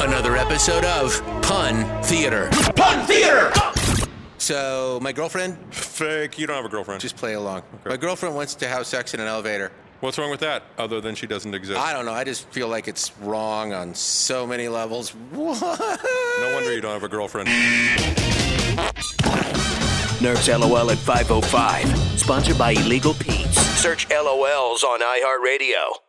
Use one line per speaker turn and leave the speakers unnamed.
another episode of Pun Theater.
Pun Theater!
So, my girlfriend,
Fake. You don't have a girlfriend.
just play along. My girlfriend wants to have sex in an elevator.
What's wrong with that? Other than she doesn't exist.
I don't know. I just feel like it's wrong on so many levels. What?
no wonder you don't have a girlfriend.
Nerf's LOL at 505. Sponsored by Illegal Peeps. Search LOLs on iHeartRadio.